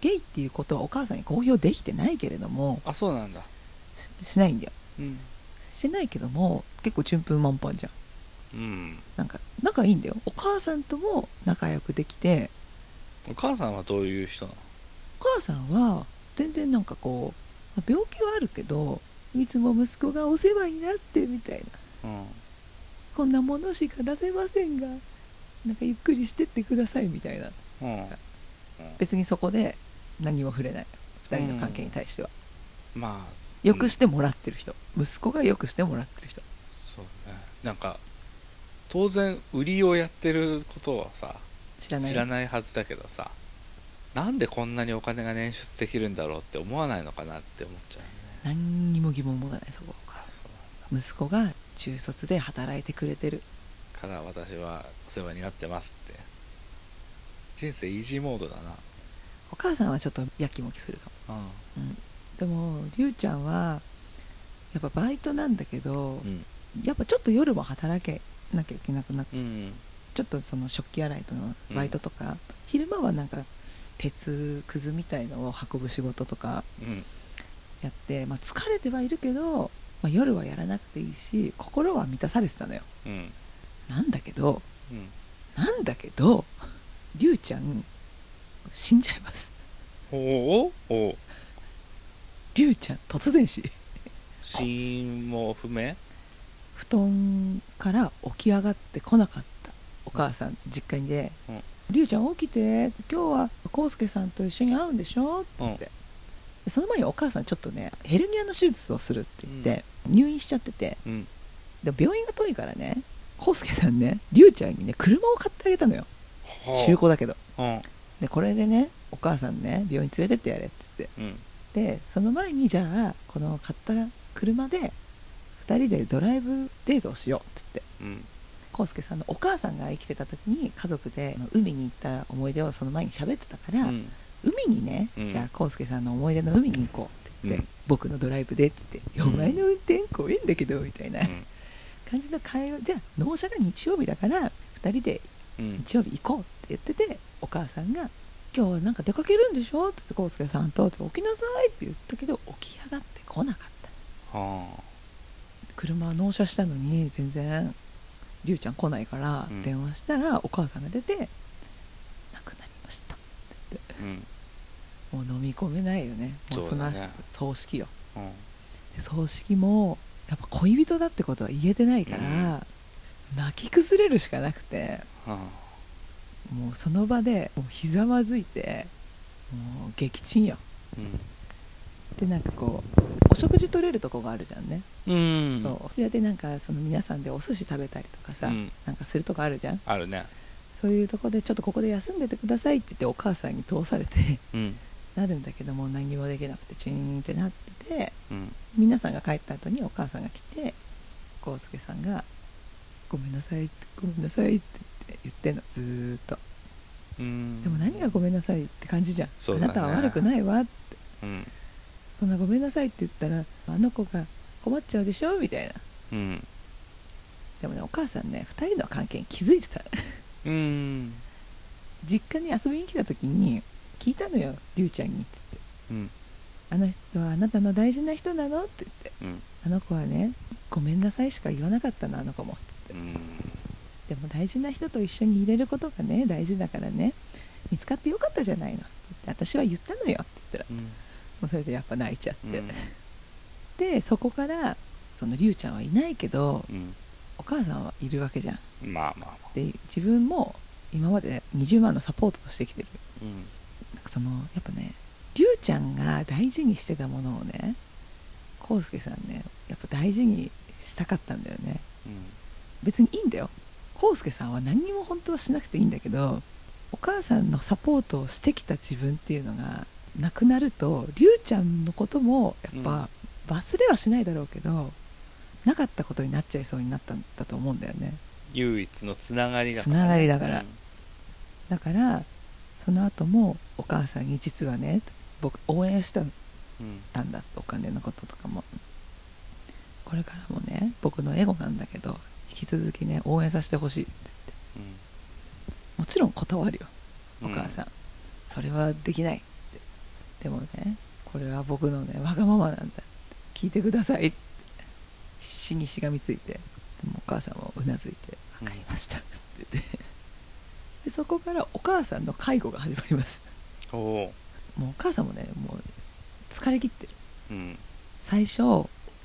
Speaker 1: ゲイっていうことはお母さんに公表できてないけれども
Speaker 2: あそうなんだ
Speaker 1: ししないんだよ
Speaker 2: うん
Speaker 1: してないけども結構順風満帆じゃん
Speaker 2: うん
Speaker 1: なんか仲いいんだよお母さんとも仲良くできて
Speaker 2: お母さんはどういう人なの
Speaker 1: お母さんは全然なんかこう病気はあるけどいつも息子がお世話になってみたいな
Speaker 2: うん
Speaker 1: こんなものしか出せませんがなんかゆっくりしてってくださいみたいな
Speaker 2: うん
Speaker 1: 別にそこで何も触れない2人の関係に対しては、
Speaker 2: まあ
Speaker 1: よくしてもらってる人息子がよくしてもらってる人
Speaker 2: そうねなんか当然売りをやってることはさ
Speaker 1: 知らない
Speaker 2: 知らないはずだけどさなんでこんなにお金が捻出できるんだろうって思わないのかなって思っちゃうね
Speaker 1: 何にも疑問持たないそこから
Speaker 2: そう
Speaker 1: 息子が中卒で働いてくれてる
Speaker 2: から私はお世話になってますって人生イージーモードだな
Speaker 1: お母さんはちょっとやきもきするか
Speaker 2: うん
Speaker 1: も、うん、でもりゅうちゃんはやっぱバイトなんだけど、
Speaker 2: うん
Speaker 1: やっぱちょっと夜も働けなきゃいけなくなって
Speaker 2: うん
Speaker 1: ちょっとその食器洗いとのバイトとか、昼間はなんか鉄くずみたいのを運ぶ仕事とか
Speaker 2: うん
Speaker 1: やって、まあ、疲れてはいるけど、まあ、夜はやらなくていいし心は満たされてたのよ
Speaker 2: うん
Speaker 1: なんだけど
Speaker 2: うん
Speaker 1: なんだけどりゅうちゃん死んじゃいます
Speaker 2: おおおお
Speaker 1: りゅうちゃん突然死
Speaker 2: 死因も不明
Speaker 1: 布団から起き上がってこなかったお母さん実家にで
Speaker 2: うん
Speaker 1: 「りゅうちゃん起きて今日は康介さんと一緒に会うんでしょ?」って言って、でその前にお母さんちょっとねヘルニアの手術をするって言って、入院しちゃってて
Speaker 2: うん
Speaker 1: で病院が遠いからね康介さんねりゅうちゃんにね車を買ってあげたのよ中古だけど
Speaker 2: うん
Speaker 1: でこれでねお母さんね病院連れてってやれって言って
Speaker 2: うん
Speaker 1: でその前にじゃあこの買った車で2人でドライブデートをしようって言って
Speaker 2: うん
Speaker 1: 康介さんのお母さんが生きてた時に家族であの海に行った思い出をその前に喋ってたか
Speaker 2: う
Speaker 1: ら、
Speaker 2: ん
Speaker 1: 海にね、
Speaker 2: うん
Speaker 1: じゃあ康介さんの思い出の海に行こうって言って、
Speaker 2: うん
Speaker 1: 僕のドライブデートって「いや
Speaker 2: う
Speaker 1: お
Speaker 2: ん
Speaker 1: 前の運転怖いんだけど」みたいな
Speaker 2: うん
Speaker 1: 感じの会話じゃあ納車が日曜日だから2人で
Speaker 2: うん
Speaker 1: 日曜日行こうって言っててお母さんが「今日はなんか出かけるんでしょ?」って言って康介さんと「起きなさい」って言ったけど起き上がってこなかった
Speaker 2: はあ
Speaker 1: 車納車したのに全然りゅうちゃん来ないから
Speaker 2: うん
Speaker 1: 電話したらお母さんが出て「亡くなりました
Speaker 2: うん」
Speaker 1: もう飲み込めないよねもう
Speaker 2: そ
Speaker 1: そう
Speaker 2: だ
Speaker 1: の
Speaker 2: ね
Speaker 1: 葬式よ
Speaker 2: うん
Speaker 1: で葬式もやっぱ恋人だってことは言えてないから、泣き崩れるしかなくて
Speaker 2: は
Speaker 1: もうその場でもうひざまずいてもう撃沈よ
Speaker 2: あ
Speaker 1: でなんかこうお食事取れるとこがあるじゃんね、
Speaker 2: うん
Speaker 1: そうそれでなんかその皆さんでお寿司食べたりとかさ、
Speaker 2: うん
Speaker 1: なんかするとこあるじゃん
Speaker 2: あるね
Speaker 1: そういうとこでちょっとここで休んでてくださいって言ってお母さんに通されて
Speaker 2: うん
Speaker 1: なるんだけどもう何にもできなくてチューンってなってて
Speaker 2: うん
Speaker 1: 皆さんが帰った後にお母さんが来て浩介さんが「ごめんなさい」って「ごめんなさい」って言って言ってんのずーっと
Speaker 2: うん
Speaker 1: でも何がごめんなさいって感じじゃん、
Speaker 2: そう
Speaker 1: あ
Speaker 2: だ
Speaker 1: な
Speaker 2: ね
Speaker 1: たは悪くないわ
Speaker 2: うん
Speaker 1: そんなごめんなさいって言ったらあの子が困っちゃうでしょみたいな
Speaker 2: うん
Speaker 1: でもねお母さんね2人の関係に気づいてた
Speaker 2: うん
Speaker 1: 実家に遊びに来た時に聞いたのよりゅうちゃんにって言って
Speaker 2: うん
Speaker 1: 「あの人はあなたの大事な人なのって言って
Speaker 2: うん
Speaker 1: あの子はねごめんなさいしか言わなかったのあの子も
Speaker 2: うん
Speaker 1: でも大事な人と一緒にいれることがね大事だからね見つかってよかったじゃないのって言って私は言ったのよって言ったら
Speaker 2: うん
Speaker 1: もうそれでやっぱ泣いちゃっ
Speaker 2: う
Speaker 1: て、
Speaker 2: ん
Speaker 1: でそこからそのりゅうちゃんはいないけどお母さんはいるわけじゃん
Speaker 2: うんまあまあまあ
Speaker 1: で自分も今まで20万のサポートをしてきてる
Speaker 2: うん
Speaker 1: なんかそのやっぱねりゅうちゃんが大事にしてたものをねこうすけさんねやっぱ大事にしたかったんだよね
Speaker 2: うん
Speaker 1: 別にいいんだよこうすけさんは何にも本当はしなくていいんだけどお母さんのサポートをしてきた自分っていうのがなくなるとりゅうちゃんのこともやっぱ忘れはしないだろうけどなかったことになっちゃいそうになったんだと思うんだよね
Speaker 2: 唯一のつながりだから
Speaker 1: つながりだから
Speaker 2: うん
Speaker 1: だからその後もお母さんに実はね僕応援した
Speaker 2: うん
Speaker 1: ったんだお金のこととかもこれからもね僕のエゴなんだけど引き続きね応援させてほしいって言ってもちろん断るよ
Speaker 2: う
Speaker 1: お
Speaker 2: ん
Speaker 1: 母さん、それはできないってでもねこれは僕のねわがままなんだって聞いてくださいって必死にしがみついてでもお母さんもうなずいて「
Speaker 2: うん
Speaker 1: 分かりました」って言ってでそこからお母さんの介護が始まります
Speaker 2: おお
Speaker 1: もうお母さんもねもう疲れ切ってる
Speaker 2: うん
Speaker 1: 最初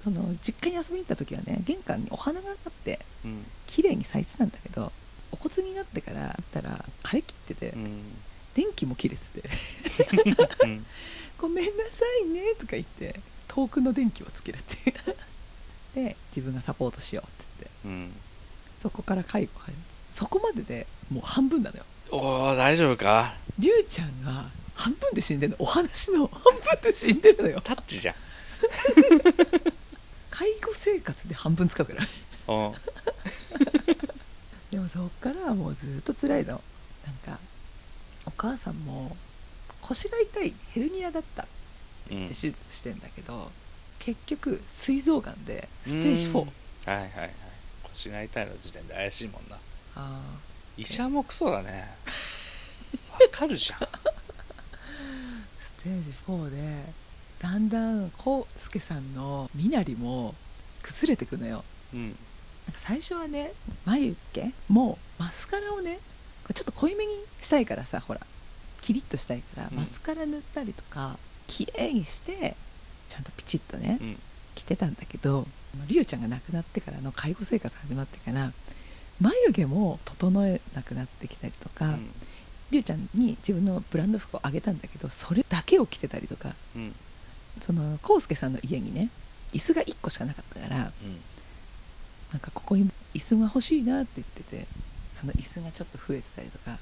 Speaker 1: その実家に遊びに行った時はね玄関にお花があって
Speaker 2: うん
Speaker 1: 綺麗に咲いてたんだけどお骨になってから行ったら枯れ切ってて、
Speaker 2: うん
Speaker 1: 電気も切れてて
Speaker 2: うん
Speaker 1: 「ごめんなさいね」とか言って遠くの電気をつけるっていう で自分がサポートしようって言って
Speaker 2: うん
Speaker 1: そこから介護始めそこまででもう半分なのよ
Speaker 2: おお大丈夫か
Speaker 1: りゅうちゃんが半分で死んでるのお話の半分で死んでるのよ
Speaker 2: タッチじゃん
Speaker 1: 介護生活で半分使うから
Speaker 2: お
Speaker 1: でもそっからはもうずっと辛いのなんかお母さんも腰が痛いヘルニアだったって
Speaker 2: うん
Speaker 1: 手術してんだけど、結局膵臓がんでステージ4
Speaker 2: うんはいはいはい腰が痛いの時点で怪しいもんな
Speaker 1: あ
Speaker 2: 医者もクソだねわかるじゃん
Speaker 1: ーステージ4でだんだんこうすけさんの身なりも崩れてくのよ
Speaker 2: うん
Speaker 1: なんか最初はね眉毛もうマスカラをねこれちょっと濃いめにしたいからさほらキリッとしたいから、
Speaker 2: うん
Speaker 1: マスカラ塗ったりとか綺麗にしてちゃんとピチッとね、
Speaker 2: うん
Speaker 1: 着てたんだけどあのリオちゃんが亡くなってからの介護生活始まってから眉毛も整えなくなってきたりと
Speaker 2: う
Speaker 1: か、
Speaker 2: ん
Speaker 1: リュウちゃんに自分のブランド服をあげたんだけどそれだけを着てたりとか
Speaker 2: うん
Speaker 1: その康介さんの家にね椅子が1個しかなかったから
Speaker 2: うん
Speaker 1: なんかここに椅子が欲しいなって言っててその椅子がちょっと増えてたりとか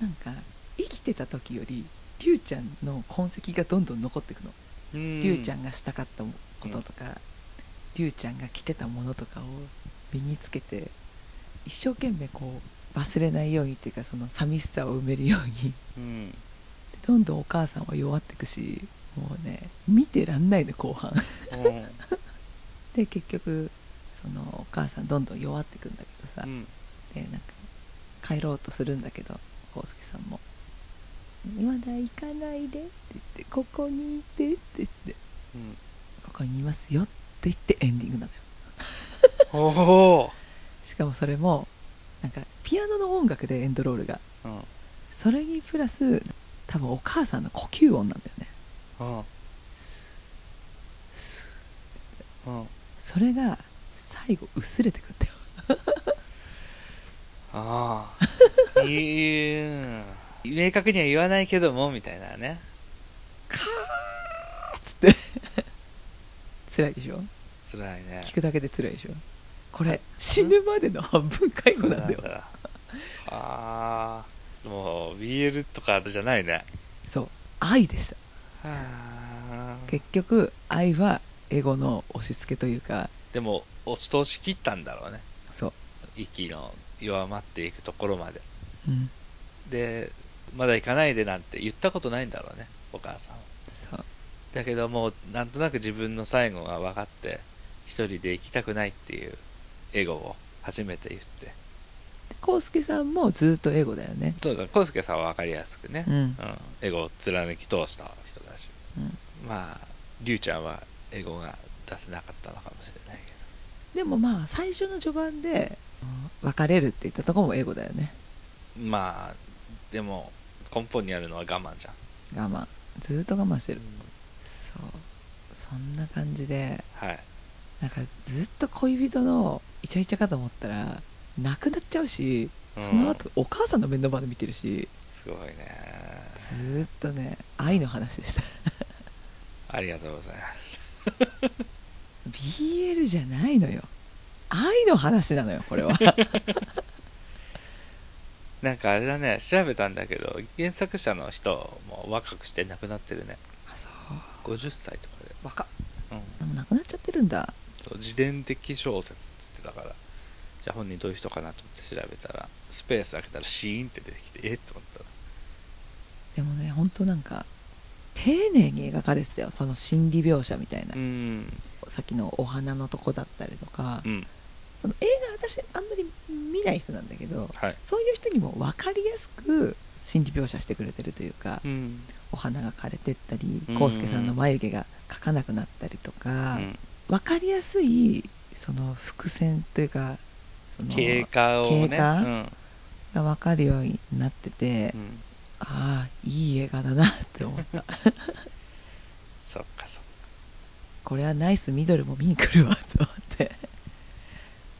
Speaker 1: なんか生きてた時よりリュウちゃんの痕跡がどんどん残っていくの。
Speaker 2: うん
Speaker 1: りゅうちゃんがしたかったこととか、りゅうちゃんが着てたものとかを身につけて一生懸命こう忘れないようにっていうかその寂しさを埋めるように
Speaker 2: うん
Speaker 1: どんどんお母さんは弱ってくしもうね見てらんないの後半
Speaker 2: うん
Speaker 1: で結局そのお母さんどんどん弱ってくんだけどさ、
Speaker 2: うん
Speaker 1: でなんか帰ろうとするんだけど浩介さんも「まだ行かないで」って言って「ここにいて」って言って
Speaker 2: うん
Speaker 1: 「ここにいますよ」って言ってエンディングなのよ
Speaker 2: おお
Speaker 1: しかもそれもなんかピアノの音楽でエンドロールが
Speaker 2: うん
Speaker 1: それにプラス多分お母さんの呼吸音なんだよね
Speaker 2: うん
Speaker 1: スー
Speaker 2: うん
Speaker 1: それが最後薄れてくんだよ
Speaker 2: ああいい明確には言わないけどもみたいなね
Speaker 1: 辛いでしょ
Speaker 2: 辛いね
Speaker 1: 聞くだけで辛いでしょこれ死ぬまでの半分介護なんだよ
Speaker 2: ああーもう BL とかじゃないね
Speaker 1: そう愛でした
Speaker 2: はあ
Speaker 1: 結局愛はエゴの押し付けというか
Speaker 2: でも押し通し切ったんだろうね
Speaker 1: そう、
Speaker 2: 息の弱まっていくところまで
Speaker 1: うん、
Speaker 2: でまだ行かないでなんて言ったことないんだろうねお母さんは
Speaker 1: そう
Speaker 2: だけどもうなんとなく自分の最後が分かって一人で行きたくないっていうエゴを初めて言って
Speaker 1: で浩介さんもずっとエゴだよね
Speaker 2: そうだ浩介さんは分かりやすくね、
Speaker 1: うん
Speaker 2: エゴを貫き通した人だし
Speaker 1: うん
Speaker 2: まありゅうちゃんは英語が出せなかったのかもしれないけ
Speaker 1: で
Speaker 2: ど
Speaker 1: もまあ最初の序盤でうん別れるって言ったとこも英語だよね
Speaker 2: まあでも根本にあるのは我慢じゃん、
Speaker 1: 我慢ずーっと我慢してるそうそんな感じで
Speaker 2: はい
Speaker 1: なんかずっと恋人のイチャイチャかと思ったらなくなっちゃうしその後お母さんの面倒まで見てるし
Speaker 2: すごいね
Speaker 1: ずーっとね愛の話でした
Speaker 2: ありがとうございます
Speaker 1: BL じゃないのよ愛の話なのよこ れは
Speaker 2: なんかあれだね調べたんだけど原作者の人も若くして亡くなってるね
Speaker 1: あそ
Speaker 2: 50歳とかで、
Speaker 1: う若っ
Speaker 2: うん、
Speaker 1: でもなくなっちゃってるんだ
Speaker 2: そう自伝的小説って言ってたからじゃあ本人どういう人かなと思って調べたらスペース開けたらシーンって出てきてえっと思ったら
Speaker 1: でもね本当なんか丁寧に描かれてたよその心理描写みたいな、
Speaker 2: うん
Speaker 1: さっきのお花のとこだったりとか、
Speaker 2: うん
Speaker 1: その映画私あんまり見ない人なんだけど
Speaker 2: はい
Speaker 1: そういう人にも分かりやすく心理描写してくれてるというか、
Speaker 2: うん
Speaker 1: お花が枯れてったり
Speaker 2: うん
Speaker 1: 浩介さんの眉毛が描かなくなったりと
Speaker 2: う
Speaker 1: か、
Speaker 2: ん
Speaker 1: 分かりやすいその伏線というかその
Speaker 2: 経過をね
Speaker 1: 経過
Speaker 2: うん
Speaker 1: が分かるようになってて、
Speaker 2: うん、
Speaker 1: ああいい映画だなって思った
Speaker 2: そっかそっ
Speaker 1: これはナイスミドルも見に来るわと思って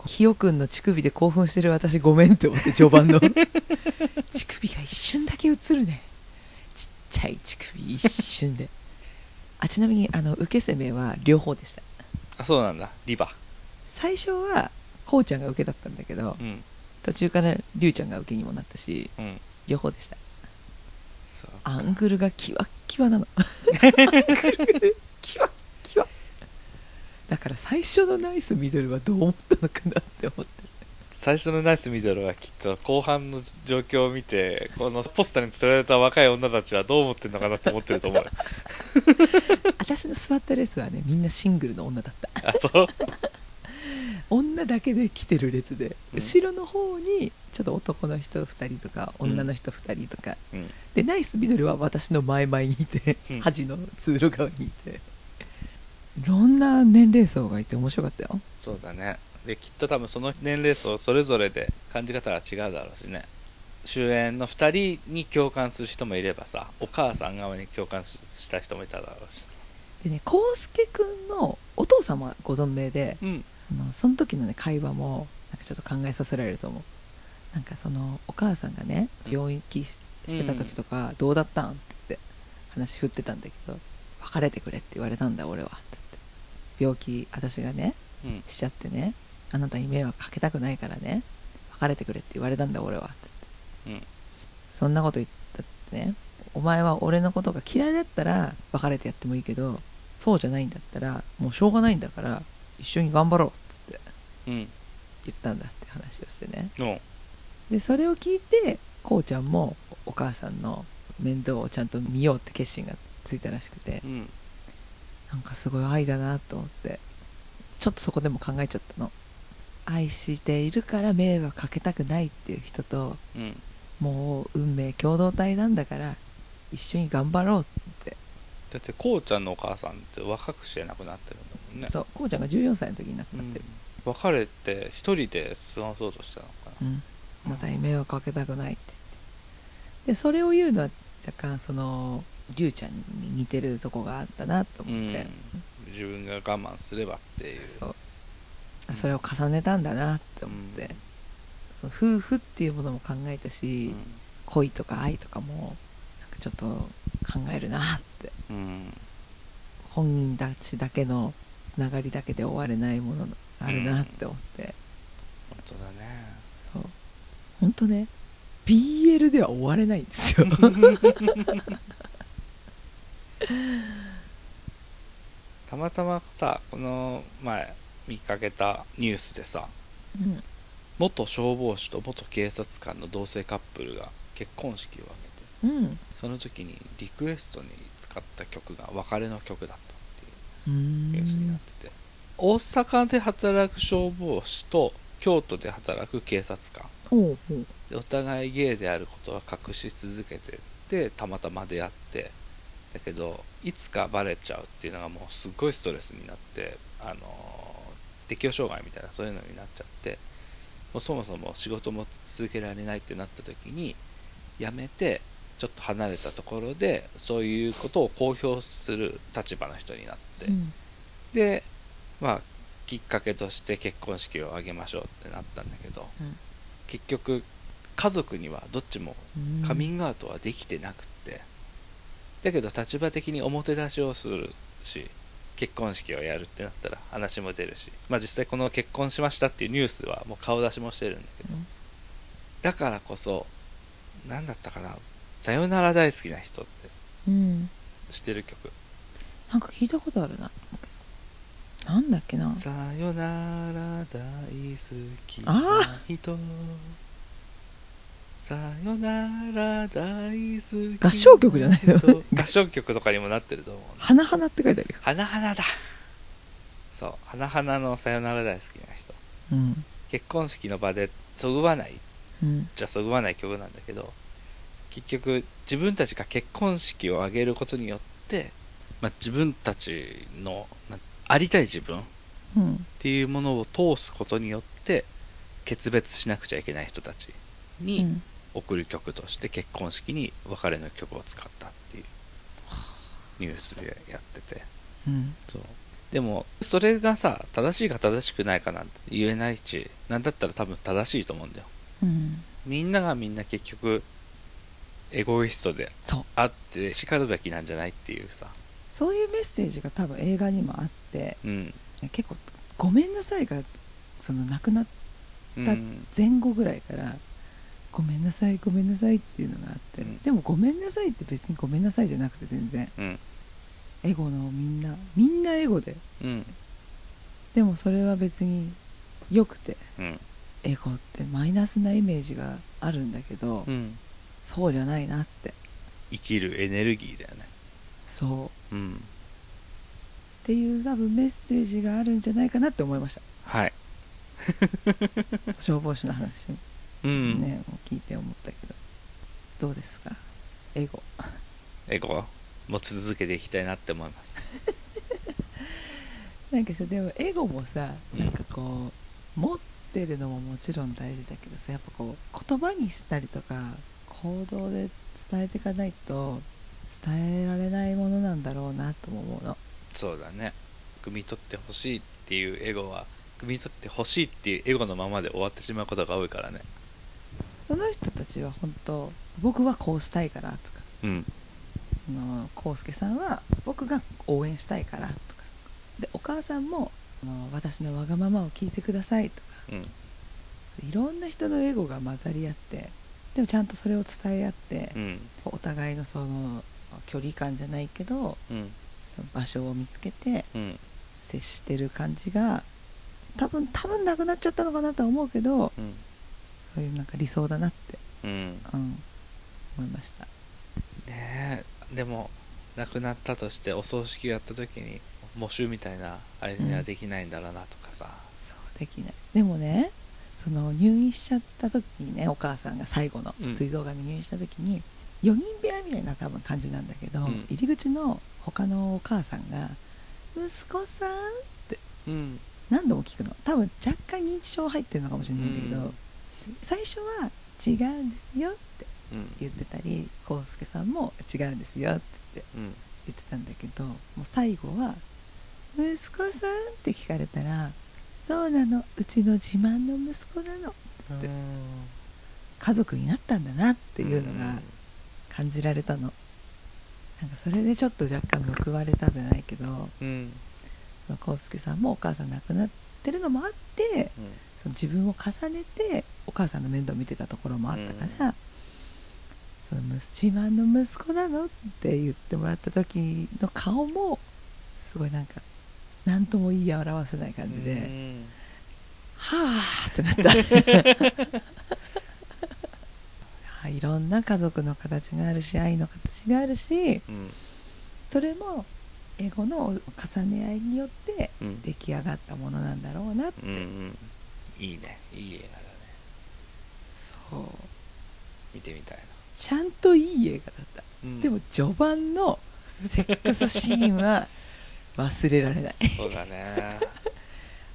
Speaker 1: ひよくんの乳首で興奮してる私ごめんって思って序盤 の乳首が一瞬だけ映るねちっちゃい乳首一瞬であちなみにあの受け攻めは両方でした
Speaker 2: かあそうなんだリバ
Speaker 1: 最初はこうちゃんが受けだったんだけど
Speaker 2: うん
Speaker 1: 途中からりゅうちゃんが受けにもなったし
Speaker 2: うん
Speaker 1: 両方でした
Speaker 2: そう
Speaker 1: アングルがキワッキワなのアングルがキワッキワだから最初のナイスミドルはどう思ったのかなって思って
Speaker 2: 最初のナイスミドルはきっと後半の状況を見てこのポスターに釣られた若い女たちはどう思ってるのかなって思ってると 思う
Speaker 1: る私の座ったレースはねみんなシングルの女だった
Speaker 2: あそう
Speaker 1: 女だけで来てる列で、
Speaker 2: うん
Speaker 1: 後ろの方にちょっと男の人2人とか女の人2人とか、
Speaker 2: うん
Speaker 1: でナイスミドルは私の前々にいて、
Speaker 2: うん
Speaker 1: 端の通路側にいていろんな年齢層がいて面白かったよ
Speaker 2: そうだねできっと多分その年齢層それぞれで感じ方が違うだろうしね主演の2人に共感する人もいればさお母さん側に共感した人もいただろうしさ
Speaker 1: でね浩介くんのお父様はご存命で
Speaker 2: うん
Speaker 1: あのその時のね会話もなんかちょっと考えさせられると思うなんかそのお母さんがね
Speaker 2: うん
Speaker 1: 病院行きししてた時とか、どうだったんって言って話振ってたんだけど別れてくれって言われたんだ俺はって言って病気私がね
Speaker 2: うん
Speaker 1: しちゃってねあなたに迷惑かけたくないからね別れてくれって言われたんだ俺はって
Speaker 2: うん
Speaker 1: そんなこと言ったってねお前は俺のことが嫌いだったら別れてやってもいいけどそうじゃないんだったらもうしょうがないんだから一緒に頑張ろうって
Speaker 2: うん
Speaker 1: 言ったんだって話をしてね
Speaker 2: うん
Speaker 1: でそれを聞いてこうちゃんもお母さんの面倒をちゃんと見ようって決心がついたらしくて
Speaker 2: うん
Speaker 1: なんかすごい愛だなと思ってちょっとそこでも考えちゃったの愛しているから迷惑かけたくないっていう人と
Speaker 2: うん
Speaker 1: もう運命共同体なんだから一緒に頑張ろうって、
Speaker 2: だってこうちゃんのお母さんって若くして亡くなってるんだもんね
Speaker 1: そうこうちゃんが14歳の時に亡く
Speaker 2: う
Speaker 1: なっ
Speaker 2: ん
Speaker 1: てる、
Speaker 2: 別れて一人で過ごそうとしたのか
Speaker 1: う、
Speaker 2: なん
Speaker 1: あなたに迷惑かけたくないって言ってでそれを言うのは若干そのりゅうちゃんに似てるとこがあったなと
Speaker 2: う
Speaker 1: 思っ
Speaker 2: ん
Speaker 1: て、
Speaker 2: 自分が我慢すればっていう
Speaker 1: そうあそれを重ねたんだなって思って、その夫婦っていうものも考えた
Speaker 2: う
Speaker 1: し、
Speaker 2: ん
Speaker 1: 恋とか愛とかもなんかちょっと考えるなって
Speaker 2: うん
Speaker 1: 本人たちだけのつながりだけで終われないものがあるなって思って、
Speaker 2: 本当だね
Speaker 1: そう本当ね BL では終われないんですよ
Speaker 2: たまたまさこの前見かけたニュースでさ
Speaker 1: うん
Speaker 2: 元消防士と元警察官の同性カップルが結婚式を挙げて
Speaker 1: うん
Speaker 2: その時にリクエストに使った曲が別れの曲だったっ
Speaker 1: うー
Speaker 2: ていうニュースになっ
Speaker 1: ん
Speaker 2: てて大阪で働く消防士と京都で働く警察官
Speaker 1: ほうほう
Speaker 2: でお互いゲイであることは隠し続けてでたまたま出会ってだけどいつかバレちゃうっていうのがもうすごいストレスになってあの適応障害みたいなそういうのになっちゃってもうそもそも仕事も続けられないってなった時に辞めてちょっと離れたところでそういうことを公表する立場の人になって、
Speaker 1: うん
Speaker 2: でまあきっかけとして結婚式を挙げましょうってなったんだけど結局家族にはどっちも
Speaker 1: うん
Speaker 2: カミングアウトはできてなくって、だけど立場的に表出しをするし結婚式をやるってなったら話も出るしまあ実際この結婚しましたっていうニュースはもう顔出しもしてるんだけど
Speaker 1: うん
Speaker 2: だからこそ何だったかな「さよなら大好きな人」って
Speaker 1: うん
Speaker 2: 知ってる曲
Speaker 1: なんか聞いたことあるなと思うけどなんだっけな
Speaker 2: 「さよなら大好き
Speaker 1: あ
Speaker 2: な人」さよなら大好き
Speaker 1: 合唱曲じゃないの
Speaker 2: 人合唱曲とかにもなってると思う
Speaker 1: 「花々」って書いてあるよ、
Speaker 2: 花々だそう花々のさよなら大好きな人
Speaker 1: うん
Speaker 2: 結婚式の場でそぐわない
Speaker 1: うん
Speaker 2: じゃそぐわない曲なんだけど結局自分たちが結婚式を挙げることによって、まあ、自分たちのなんありたい自分っ
Speaker 1: うん
Speaker 2: ていうものを通すことによって決別しなくちゃいけない人たち
Speaker 1: う
Speaker 2: に
Speaker 1: ん
Speaker 2: 送る曲として結婚式に別れの曲を使ったっていうニュースでやってて
Speaker 1: うん
Speaker 2: そうでもそれがさ正しいか正しくないかなんて言えないしなんだったら多分正しいと思うんだよ
Speaker 1: うん
Speaker 2: みんながみんな結局エゴイストで
Speaker 1: そう
Speaker 2: あって叱るべきなんじゃないっていうさ
Speaker 1: そういうメッセージが多分映画にもあって
Speaker 2: うん
Speaker 1: 結構「ごめんなさいが」その亡くなっ
Speaker 2: う
Speaker 1: だ
Speaker 2: ん
Speaker 1: 前後ぐらいから「ごめんなさいごめんなさい」っていうのがあって、
Speaker 2: うん
Speaker 1: でも「ごめんなさい」って別に「ごめんなさい」じゃなくて全然
Speaker 2: うん
Speaker 1: エゴのみんなみんなエゴで
Speaker 2: うん
Speaker 1: でもそれは別によくて
Speaker 2: うん
Speaker 1: エゴってマイナスなイメージがあるんだけど、
Speaker 2: うん
Speaker 1: そうじゃないなって
Speaker 2: 生きるエネルギーだよね
Speaker 1: そうっ
Speaker 2: うん
Speaker 1: ていう多分メッセージがあるんじゃないかなって思いました
Speaker 2: はい
Speaker 1: 消防士の話
Speaker 2: うん、
Speaker 1: ね、もう聞いて思ったけどどうですかエゴ
Speaker 2: エゴも続けていきたいなって思い ます
Speaker 1: なんかさでもエゴもさ
Speaker 2: うん
Speaker 1: なんかこう、持ってるのももちろん大事だけどさやっぱこう言葉にしたりとか行動で伝えていかないと伝えられないものなんだろうなとも思うの
Speaker 2: そうだね汲み取ってほしいっていうエゴは汲み取ってほしいっていうエゴのままで終わってしまうことが多いからね
Speaker 1: その人たちは本当僕はこうしたいからとか
Speaker 2: うん
Speaker 1: あの康介さんは僕が応援したいからとかでお母さんもあの私のわがままを聞いてくださいとか
Speaker 2: うん
Speaker 1: いろんな人のエゴが混ざり合ってでもちゃんとそれを伝え合って
Speaker 2: う、ん
Speaker 1: お互いのその距離感じゃないけど
Speaker 2: うん
Speaker 1: その場所を見つけて
Speaker 2: うん
Speaker 1: 接してる感じが多分多分なくなっちゃったのかなとは思うけど
Speaker 2: うん
Speaker 1: そういうなんか理想だなって、
Speaker 2: うん
Speaker 1: うん、思いました
Speaker 2: ねえでも亡くなったとしてお葬式をやった時に喪主みたいなあれにはできないんだろうなとかさ、
Speaker 1: そうできないでもねその入院しちゃった時にねお母さんが最後の
Speaker 2: うん
Speaker 1: 膵臓がんに入院した時に、4人部屋みたいな多分感じなんだけど、
Speaker 2: うん
Speaker 1: 入り口の他のお母さんが「息子さん」
Speaker 2: うん
Speaker 1: 何度も聞くの多分若干認知症入ってるのかもしれないんだけど、
Speaker 2: うん
Speaker 1: 最初は「違うんですよ」って
Speaker 2: うん
Speaker 1: 言ってたり浩介さんも「違うんですよ」って言って
Speaker 2: うん
Speaker 1: 言ってたんだけどもう最後は「息子さん?」って聞かれたら「そうなのうちの自慢の息子なの
Speaker 2: うん
Speaker 1: で家族になったんだな」っていうのが感じられたの、なんかそれでちょっと若干報われたじゃないけど
Speaker 2: うんうん
Speaker 1: その浩介さんもお母さん亡くなってるのもあってその自分を重ねてお母さんの面倒見てたところもあったから、そのむ自慢の息子なのって言ってもらった時の顔もすごいなんか何とも言い表せない感じで、
Speaker 2: うん
Speaker 1: はあってなった あいろんな家族の形があるし愛の形があるし
Speaker 2: うん
Speaker 1: それもエゴの重ね合いによって
Speaker 2: うん
Speaker 1: 出来上がったものなんだろうなって
Speaker 2: うんうんいいねいい映画だね
Speaker 1: そう
Speaker 2: 見てみたいな、
Speaker 1: ちゃんといい映画だった
Speaker 2: うん
Speaker 1: でも序盤のセックスシーンは 忘れられない
Speaker 2: そうだね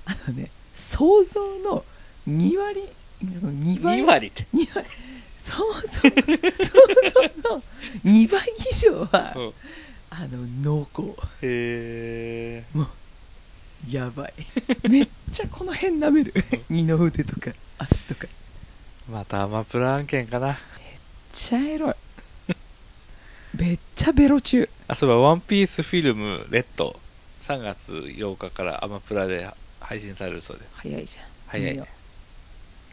Speaker 1: あのね想像の2割2倍
Speaker 2: 2割って、
Speaker 1: 2倍想像想像の2倍以上は、
Speaker 2: うん、
Speaker 1: あの濃厚
Speaker 2: へえ
Speaker 1: もうやばいめっちゃこの辺舐める二の腕とか足とかめっ
Speaker 2: またアマプラ案件かな
Speaker 1: ちゃエロいめっちゃベロ中
Speaker 2: あそういえばワンピースフィルムレッド」3月8日からアマプラで配信されるそうで
Speaker 1: 早いじゃん
Speaker 2: 早い
Speaker 1: 見よ
Speaker 2: ね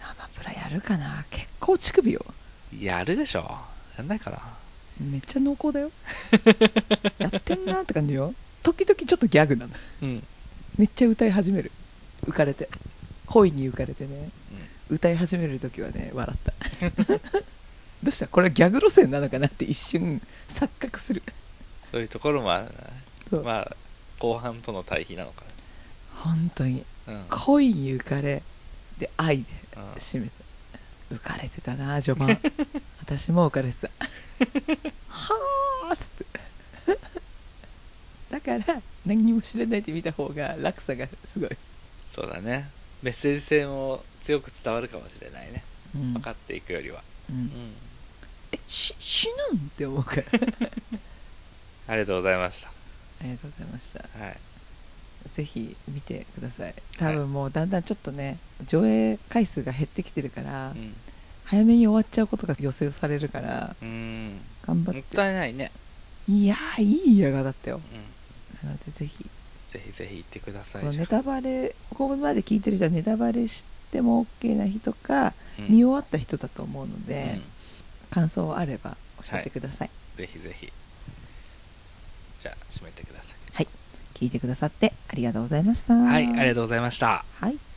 Speaker 1: うアマプラやるかな結構乳首よ
Speaker 2: やるでしょやんないかな
Speaker 1: めっちゃ濃厚だよ やってんなって感じよ時々ちょっとギャグなの
Speaker 2: うん
Speaker 1: めっちゃ歌い始める浮かれて恋に浮かれてね歌い始める時はね笑った どうしたこれはギャグ路線なのかなって一瞬錯覚する
Speaker 2: そういうところもあるな
Speaker 1: そう
Speaker 2: まあ後半との対比なのか
Speaker 1: 本当に
Speaker 2: なうん
Speaker 1: 恋に浮かれで愛で
Speaker 2: うん
Speaker 1: 締めた浮かれてたな序 盤私も浮かれてたはあっつってだから何にも知らないで見た方が落差がすごい、
Speaker 2: そうだねメッセージ性も強く伝わるかもしれないね
Speaker 1: うん
Speaker 2: 分かっていくよりは、
Speaker 1: うん
Speaker 2: うん
Speaker 1: えし死ぬんって思うから
Speaker 2: ありがとうございました、
Speaker 1: ありがとうございました
Speaker 2: はい、
Speaker 1: ぜひ見てください多分もうだんだんちょっとね上映回数が減ってきてるから、
Speaker 2: うん
Speaker 1: 早めに終わっちゃうことが予想されるから
Speaker 2: うん
Speaker 1: 頑張
Speaker 2: も
Speaker 1: っ
Speaker 2: ったいないね、
Speaker 1: ていやーいい映画だったよ
Speaker 2: うん、
Speaker 1: なのでぜひ
Speaker 2: ぜひぜひ行ってくださ
Speaker 1: こ
Speaker 2: い
Speaker 1: の
Speaker 2: じゃ
Speaker 1: ネ
Speaker 2: あ
Speaker 1: タバレここまで聞いてる人はネタバレしても OK な人か、
Speaker 2: うん
Speaker 1: 見終わった人だと思うので、
Speaker 2: うん
Speaker 1: 感想あれば教えてください、
Speaker 2: ぜひぜひじゃあ締めてください
Speaker 1: 聞いてくださってありがとうございました
Speaker 2: はいありがとうございました
Speaker 1: はい